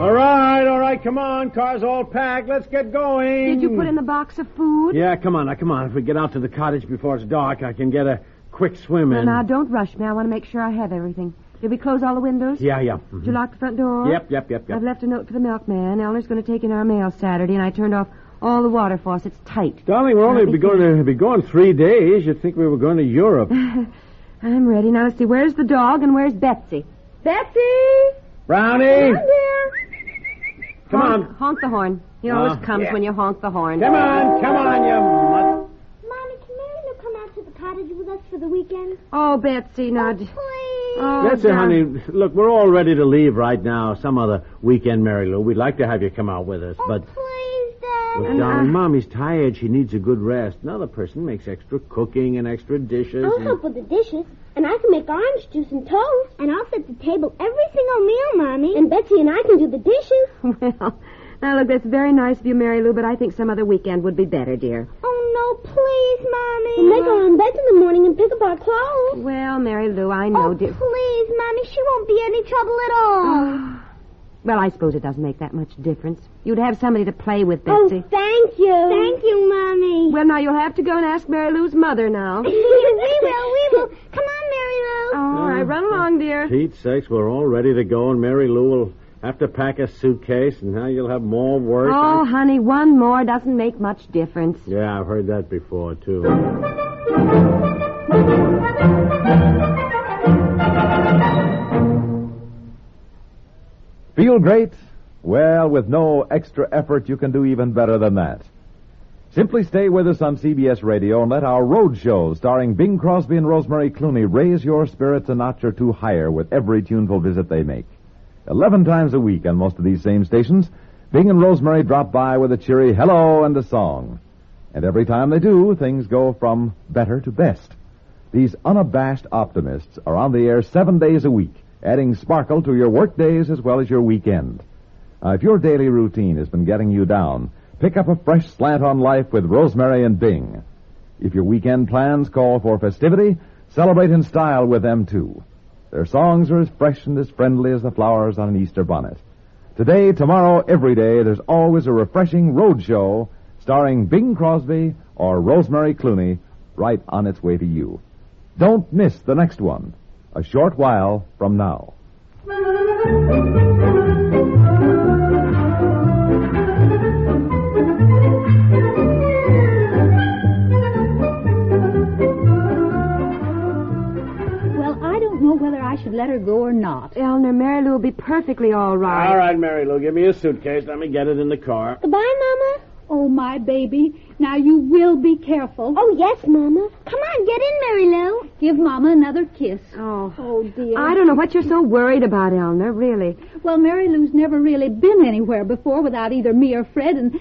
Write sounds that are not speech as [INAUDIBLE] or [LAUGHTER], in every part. All right, all right, come on. Car's all packed. Let's get going. Did you put in the box of food? Yeah, come on, now, come on. If we get out to the cottage before it's dark, I can get a quick swim Well, in. now, don't rush me. I want to make sure I have everything. Did we close all the windows? Yeah, yeah. Mm-hmm. Did you lock the front door? Yep, yep, yep, yep. I've left a note for the milkman. Eleanor's going to take in our mail Saturday, and I turned off all the water faucets tight. Darling, we're only be going to be going three days. You'd think we were going [LAUGHS] to Europe. I'm ready. Now, let's see. Where's the dog and where's Betsy? Betsy! Come Brownie, here! come honk, on, Honk the horn. He Uh, always comes yeah. when you honk the horn. come on, come on, you. Mut- Mommy, can Mary Lou come out to the cottage with us for the weekend? Oh, Betsy, now... d- Please. Oh, That's it, now- honey. Look, we're all ready to leave right now. Some other weekend, Mary Lou. We'd like to have you come out with us, but. Oh, Please, Dad. Look, Oh, And, darling, uh, Mommy's tired. She needs a good rest. Another person makes extra cooking and extra dishes. I'll and- help with the dishes, and I can make orange juice and toast, and I'll set the table every single meal, Mommy. And Betsy and I can do the dishes. [LAUGHS] Well, now, look, that's very nice of you, Mary Lou, but I think some other weekend would be better, dear. Oh, no, please, Mommy. We'll make our own beds in the morning and pick up our clothes. Well, Mary Lou, I know, oh, dear. please, Mommy. She won't be any trouble at all. Well, I suppose it doesn't make that much difference. You'd have somebody to play with, Oh, Betsy. thank you. Thank you, Mommy. Well, now you'll have to go and ask Mary Lou's mother now. [LAUGHS] we will, we will. Come on, Mary Lou. All right, run along, dear. Pete's sakes, we're all ready to go, and Mary Lou will have to pack a suitcase, and now you'll have more work. Oh, honey, one more doesn't make much difference. Yeah, I've heard that before, too. Oh. Feel great? Well, with no extra effort, you can do even better than that. Simply stay with us on CBS Radio and let our road show starring Bing Crosby and Rosemary Clooney raise your spirits a notch or two higher with every tuneful visit they make. Eleven times a week on most of these same stations, Bing and Rosemary drop by with a cheery hello and a song. And every time they do, things go from better to best. These unabashed optimists are on the air seven days a week, adding sparkle to your work days as well as your weekend. Uh, if your daily routine has been getting you down, pick up a fresh slant on life with Rosemary and Bing. If your weekend plans call for festivity, celebrate in style with them too. Their songs are as fresh and as friendly as the flowers on an Easter bonnet. Today, tomorrow, every day, there's always a refreshing road show starring Bing Crosby or Rosemary Clooney right on its way to you. Don't miss the next one, a short while from now. Well, I don't know whether I should let her go or not. Eleanor, Mary Lou will be perfectly all right. All right, Mary Lou, give me your suitcase. Let me get it in the car. Goodbye, Mama. Oh, my baby. Now you will be careful. Oh, yes, Mama. Come on, get in, Mary Lou. Give Mama another kiss. Oh. Oh, dear. I don't know what you're so worried about, Eleanor, really. Well, Mary Lou's never really been anywhere before without either me or Fred, and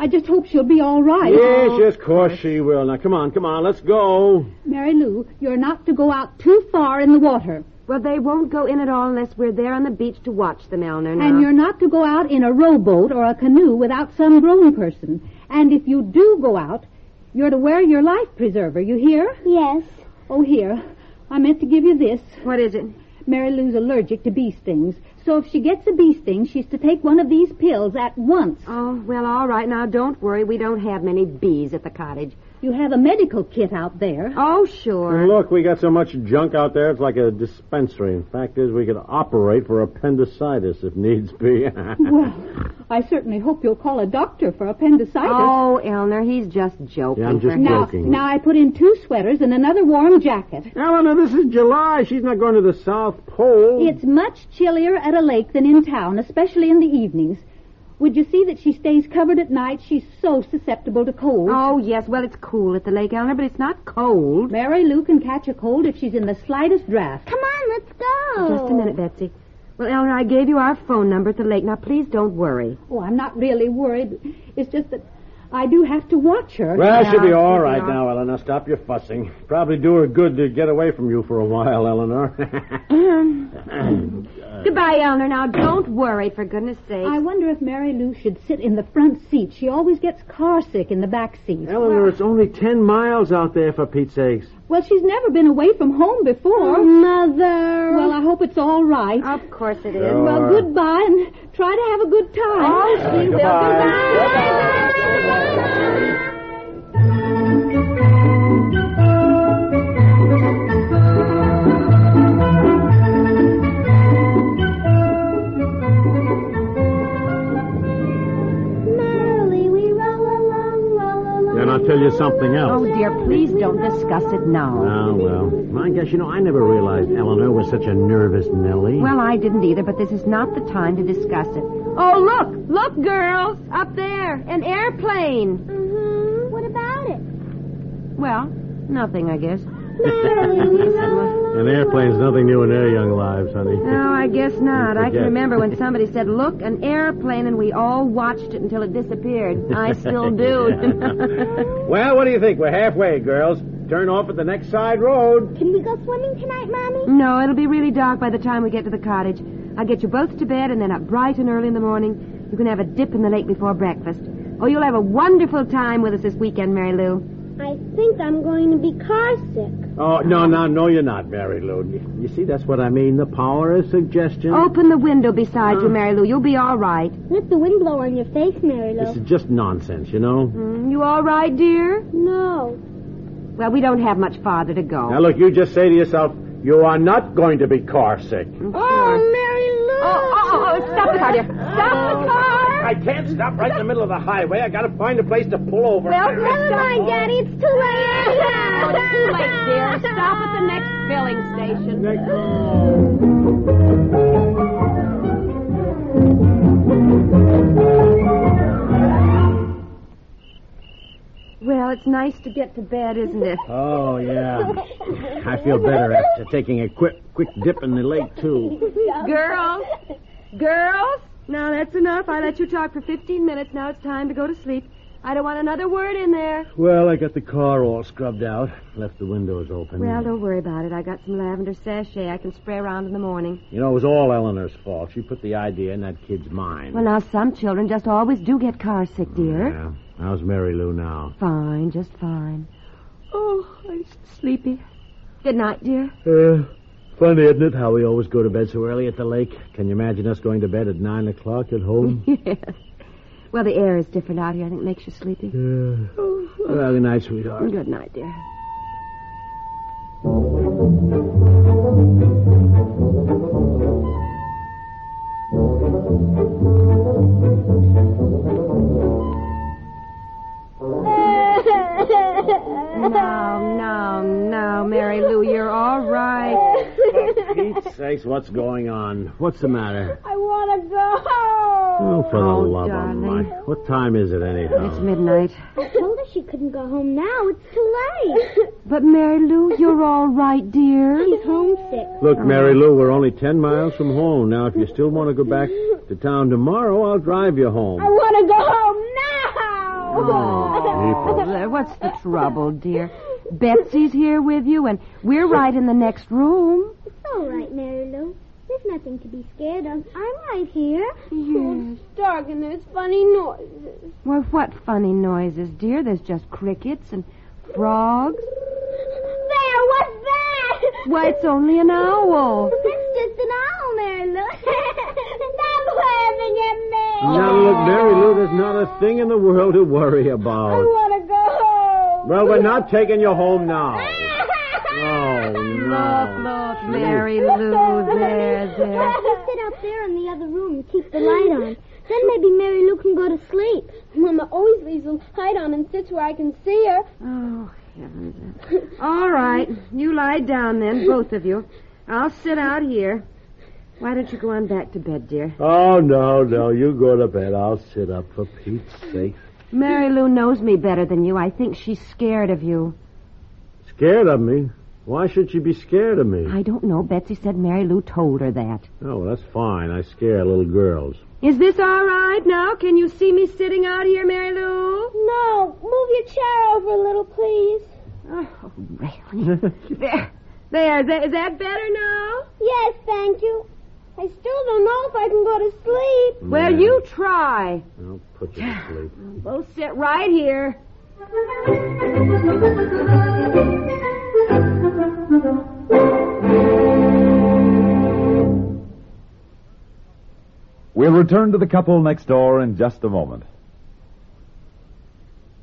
I just hope she'll be all right. Yes, yes, of course she will. Now, come on, come on, let's go. Mary Lou, you're not to go out too far in the water, Well, they won't go in at all unless we're there on the beach to watch them, Eleanor. Now. and you're not to go out in a rowboat or a canoe without some grown person. And if you do go out, you're to wear your life preserver, you hear? Yes. Oh, here. I meant to give you this. What is it? Mary Lou's allergic to bee stings, so if she gets a bee sting, she's to take one of these pills at once. Oh, well, all right. Now, don't worry. We don't have many bees at the cottage. You have a medical kit out there. Oh, sure. Look, we got so much junk out there, it's like a dispensary. In fact is, we could operate for appendicitis if needs be. [LAUGHS] Well, I certainly hope you'll call a doctor for appendicitis. Oh, Eleanor, he's just joking. Yeah, I'm just for- now, joking. now I put in two sweaters and another warm jacket. Eleanor, this is July. She's not going to the South Pole. It's much chillier at a lake than in town, especially in the evenings. Would you see that she stays covered at night? She's so susceptible to cold. Oh, yes. Well, it's cool at the lake, Eleanor, but it's not cold. Mary Lou can catch a cold if she's in the slightest draft. Come on, let's go. Just a minute, Betsy. Well, Eleanor, I gave you our phone number at the lake. Now, please don't worry. Oh, I'm not really worried. It's just that I do have to watch her. Well, she'll be Yeah, all she'll be right all- now, Eleanor. Stop your fussing. Probably do her good to get away from you for a while, Eleanor. [LAUGHS] Goodbye, Eleanor. Now, don't worry, for goodness sake. I wonder if Mary Lou should sit in the front seat. She always gets car sick in the back seat. Eleanor, it's only ten miles out there, for Pete's sakes. Well, she's never been away from home before. Oh, Mother. Well, I hope it's all right. Of course it is. Sure. Well, goodbye and try to have a good time. Oh, she will. Goodbye. Merrily we roll along, roll along. Then I'll tell you something Oh, else. dear, please don't discuss it now. Oh, well. I guess, you know, I never realized Eleanor was such a nervous Nellie. Well, I didn't either, but this is not the time to discuss it. Oh, look! Look, girls! Up there! An airplane! Mhm. What about it? Well, nothing, I guess. Merrily we roll along. An airplane's nothing new in their young lives, honey. No, I guess not. I can Forget. remember when somebody said, Look, an airplane, and we all watched it until it disappeared. I still [LAUGHS] do. [LAUGHS] well, what do you think? We're halfway, girls. Turn off at the next side road. Can we go swimming tonight, Mommy? no, it'll be really dark by the time we get to the cottage. I'll get you both to bed, and then up bright and early in the morning, you can have a dip in the lake before breakfast. Oh, you'll have a wonderful time with us this weekend, Mary Lou. I think I'm going to be car sick. Oh, no, no, no, you're not, Mary Lou. You- You see, that's what I mean. The power of suggestion. Open the window beside you, Mary Lou. You'll be all right. Let the wind blow on your face, Mary This Lou. is just nonsense, you know? Mm, you all right, dear? No. Well, we don't have much farther to Now, go. look, you just say to yourself, you are not going to be car sick. Oh, Mary Lou. Oh, oh, oh, stop the car, dear. Stop the car! I can't stop right in the middle of the highway. I gotta find a place to pull over. Never mind, Daddy. It's too late. oh. Too late, dear. Stop at the next filling station. Well, it's nice to get to bed, isn't it? Oh, yeah. I feel better after taking a quick quick dip in the lake, too. Girls, girls. Now that's enough. I let you talk for 15 minutes. Now it's time to go to sleep. I don't want another word in there. Well, I got the car all scrubbed out. Left the windows open. Well, don't worry about it. I got some lavender sachet I can spray around in the morning. You know, it was all Eleanor's fault. She put the idea in that kid's mind. Well, now some children just always do get car sick, dear. yeah. How's Mary Lou now? Fine, just fine. Oh, I'm sleepy. Good night, dear. Uh, funny, isn't it, how we always go to bed so early at the lake? Can you imagine us going to bed at 9 o'clock at home? Yes. Well, the air is different out here. I think it makes you sleepy. yeah. Well, good night, sweetheart. [LAUGHS] Good night, dear. No, no, no, Mary Lou, you're all right. Pete's sakes, what's going on? What's the matter? I want to go home. Oh, for the Oh, love darling. of Mike. What time is it, anyhow? It's midnight. I told her she couldn't go home now. It's too late. But Mary Lou, [LAUGHS] you're all right, dear. She's homesick. Look, Mary Lou, we're only 10 miles from home. Now, if you still want to go back to town tomorrow, I'll drive you I home. want to go Oh, home now. Well, Oh, What's [LAUGHS] the trouble, dear? Betsy's here with you, and we're right in the next room. It's all right, Mary Lou. There's nothing to be scared of. I'm right here. Mm-hmm. Yes. It's dark and there's funny noises. Why, what funny noises, dear? There's just crickets and frogs. There, what's that? Why, it's only an owl. That's just an owl, Mary Lou. Stop laughing at me. Now, look, Mary Lou, there's not a thing in the world to worry I about. want to go home. Well, we're not taking you home now. Oh, Look, no. look, Mary [LAUGHS] Lou, there, there. Just sit out there in the other room and keep the light on. Then maybe Mary Lou can go to sleep. Mama always leaves the light on and sits where I can see her. Oh, heavens. All right, you lie down then, both of you. I'll sit out here. Why don't you go on back to bed, dear? Oh, no, no. You go to bed. I'll sit up for Pete's sake. Mary Lou knows me better than you. I think she's scared of you. Scared of me? Why should she be scared of me? I don't know. Betsy said Mary Lou told her that. Oh, well, that's fine. I scare little girls. Is this all right now? Can you see me sitting out here, Mary Lou? No, move your chair over a little, please. Oh, really? [LAUGHS] there. There. Is that, is that better now? Yes, thank you. I still don't know if I can go to sleep. Well, you try. I'll put you to sleep. We'll sit right here. We'll return to the couple next door in just a moment.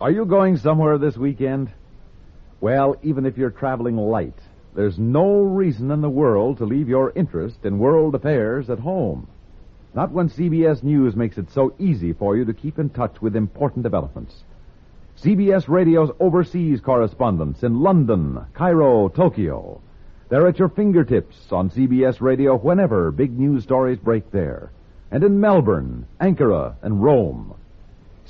Are you going somewhere this weekend? Well, even if you're traveling light, there's no reason in the world to leave your interest in world affairs at home. Not when CBS News makes it so easy for you to keep in touch with important developments. CBS Radio's overseas correspondents in London, Cairo, Tokyo. They're at your fingertips on CBS Radio whenever big news stories break there, and in Melbourne, Ankara, and Rome.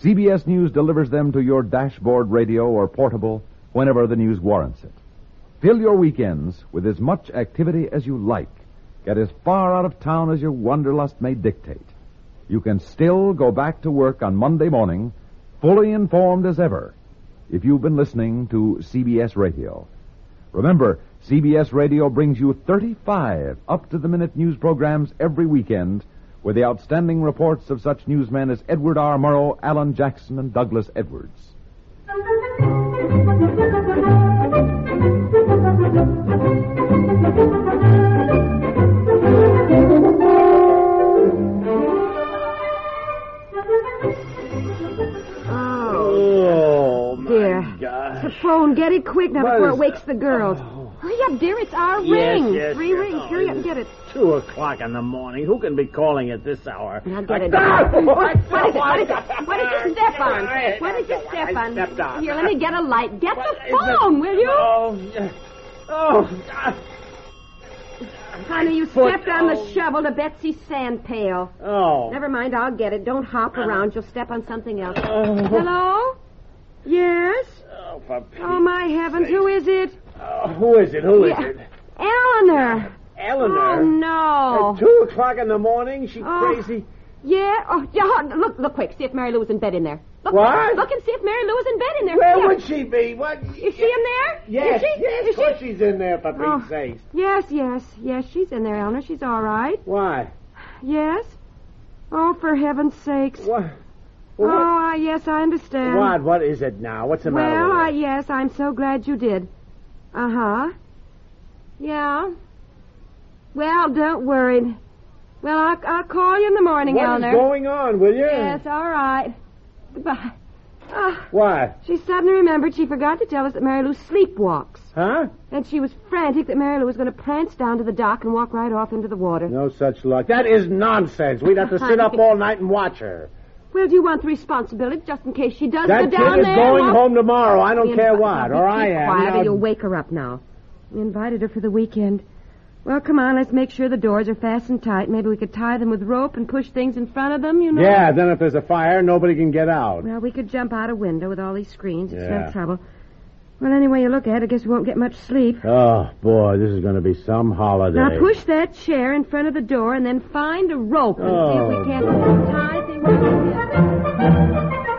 CBS News delivers them to your dashboard radio or portable whenever the news warrants it. Fill your weekends with as much activity as you like. Get as far out of town as your wanderlust may dictate. You can still go back to work on Monday morning fully informed as ever if you've been listening to CBS Radio. Remember, CBS Radio brings you 35 up to the minute news programs every weekend with the outstanding reports of such newsmen as Edward R. Murrow, Alan Jackson, and Douglas Edwards. Oh, Oh, my dear. gosh. The phone. Get it quick now What before it is- Oh. wakes the girls. Hurry up, dear. It's our Yes, ring. yes, Three yes. rings. Oh, Hurry up. it Get it. Two o'clock in the morning. Who can be calling at this hour? Now get it. Ah! What- what is it? Oh, What is I- it? What did you step on? I- What did you step I on? stepped on. Here, let me get a light. Get What is the phone, it? will you? Oh, yeah. oh, God. Honey, you foot. stepped on the Oh. shovel to Betsy's sand pail. oh. Never mind, I'll get it. Don't hop Uh-huh. around. You'll step on something else. Hello? Yes? Oh, for pity. Oh, my heavens. Who is it? Oh, who is it? Who is Yeah. it? Eleanor. Oh, Eleanor. no. At two o'clock in the morning? She Oh. crazy? Yeah? Oh, yeah. hold- Look, look quick. See if Mary Lou's in bed in there. Look, What? Look and see if Mary Lou is in bed in there. Where Yeah. would she be? What? Is she in there? Yes, Is she? yes, Is of course she? she's in there, for Oh. Pete's sake. Yes, yes, yes. She's in there, Eleanor. She's all right. Why? Yes. Oh, for heaven's sakes. What? Oh, What? I, yes, I understand. What? What is it now? What's the matter Well, with I, you? yes, I'm so glad you did. Uh huh. Yeah. Well, don't worry. Well, I'll, I'll call you in the morning, What is Eleanor. going on, will you? yes, all right. Goodbye. Ah, Why? she suddenly remembered she forgot to tell us that Mary Lou sleepwalks. Huh? And she was frantic that Mary Lou was going to prance down to the dock and walk right off into the water. No such luck. That is nonsense. We'd have to sit up all night and [LAUGHS] watch her. Well, do you want the responsibility just in case she does That go kid down is there? going walk- home tomorrow. I don't We care invi- what, Now, or be- I be am. Quiet, Now- or you'll wake her up now. We invited her for the weekend. Well, come on, let's make sure the doors are fastened tight. Maybe we could tie them with rope and push things in front of them, you know? Yeah, then if there's a fire, nobody can get out. Well, we could jump out a window with all these screens. It's Yeah. no trouble. Well, any way you look at it, I guess we won't get much sleep. Oh, boy, this is going to be some holiday. Now push that chair in front of the door and then find a rope and see if Oh, we can't tie things together.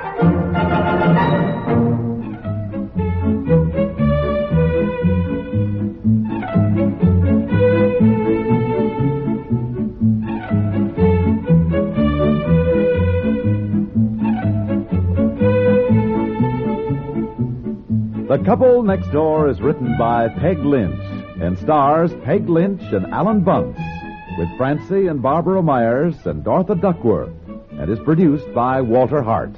The Couple Next Door is written by Peg Lynch and stars Peg Lynch and Alan Bunce with Francie and Barbara Myers and Dorothy Duckworth and is produced by Walter Hart.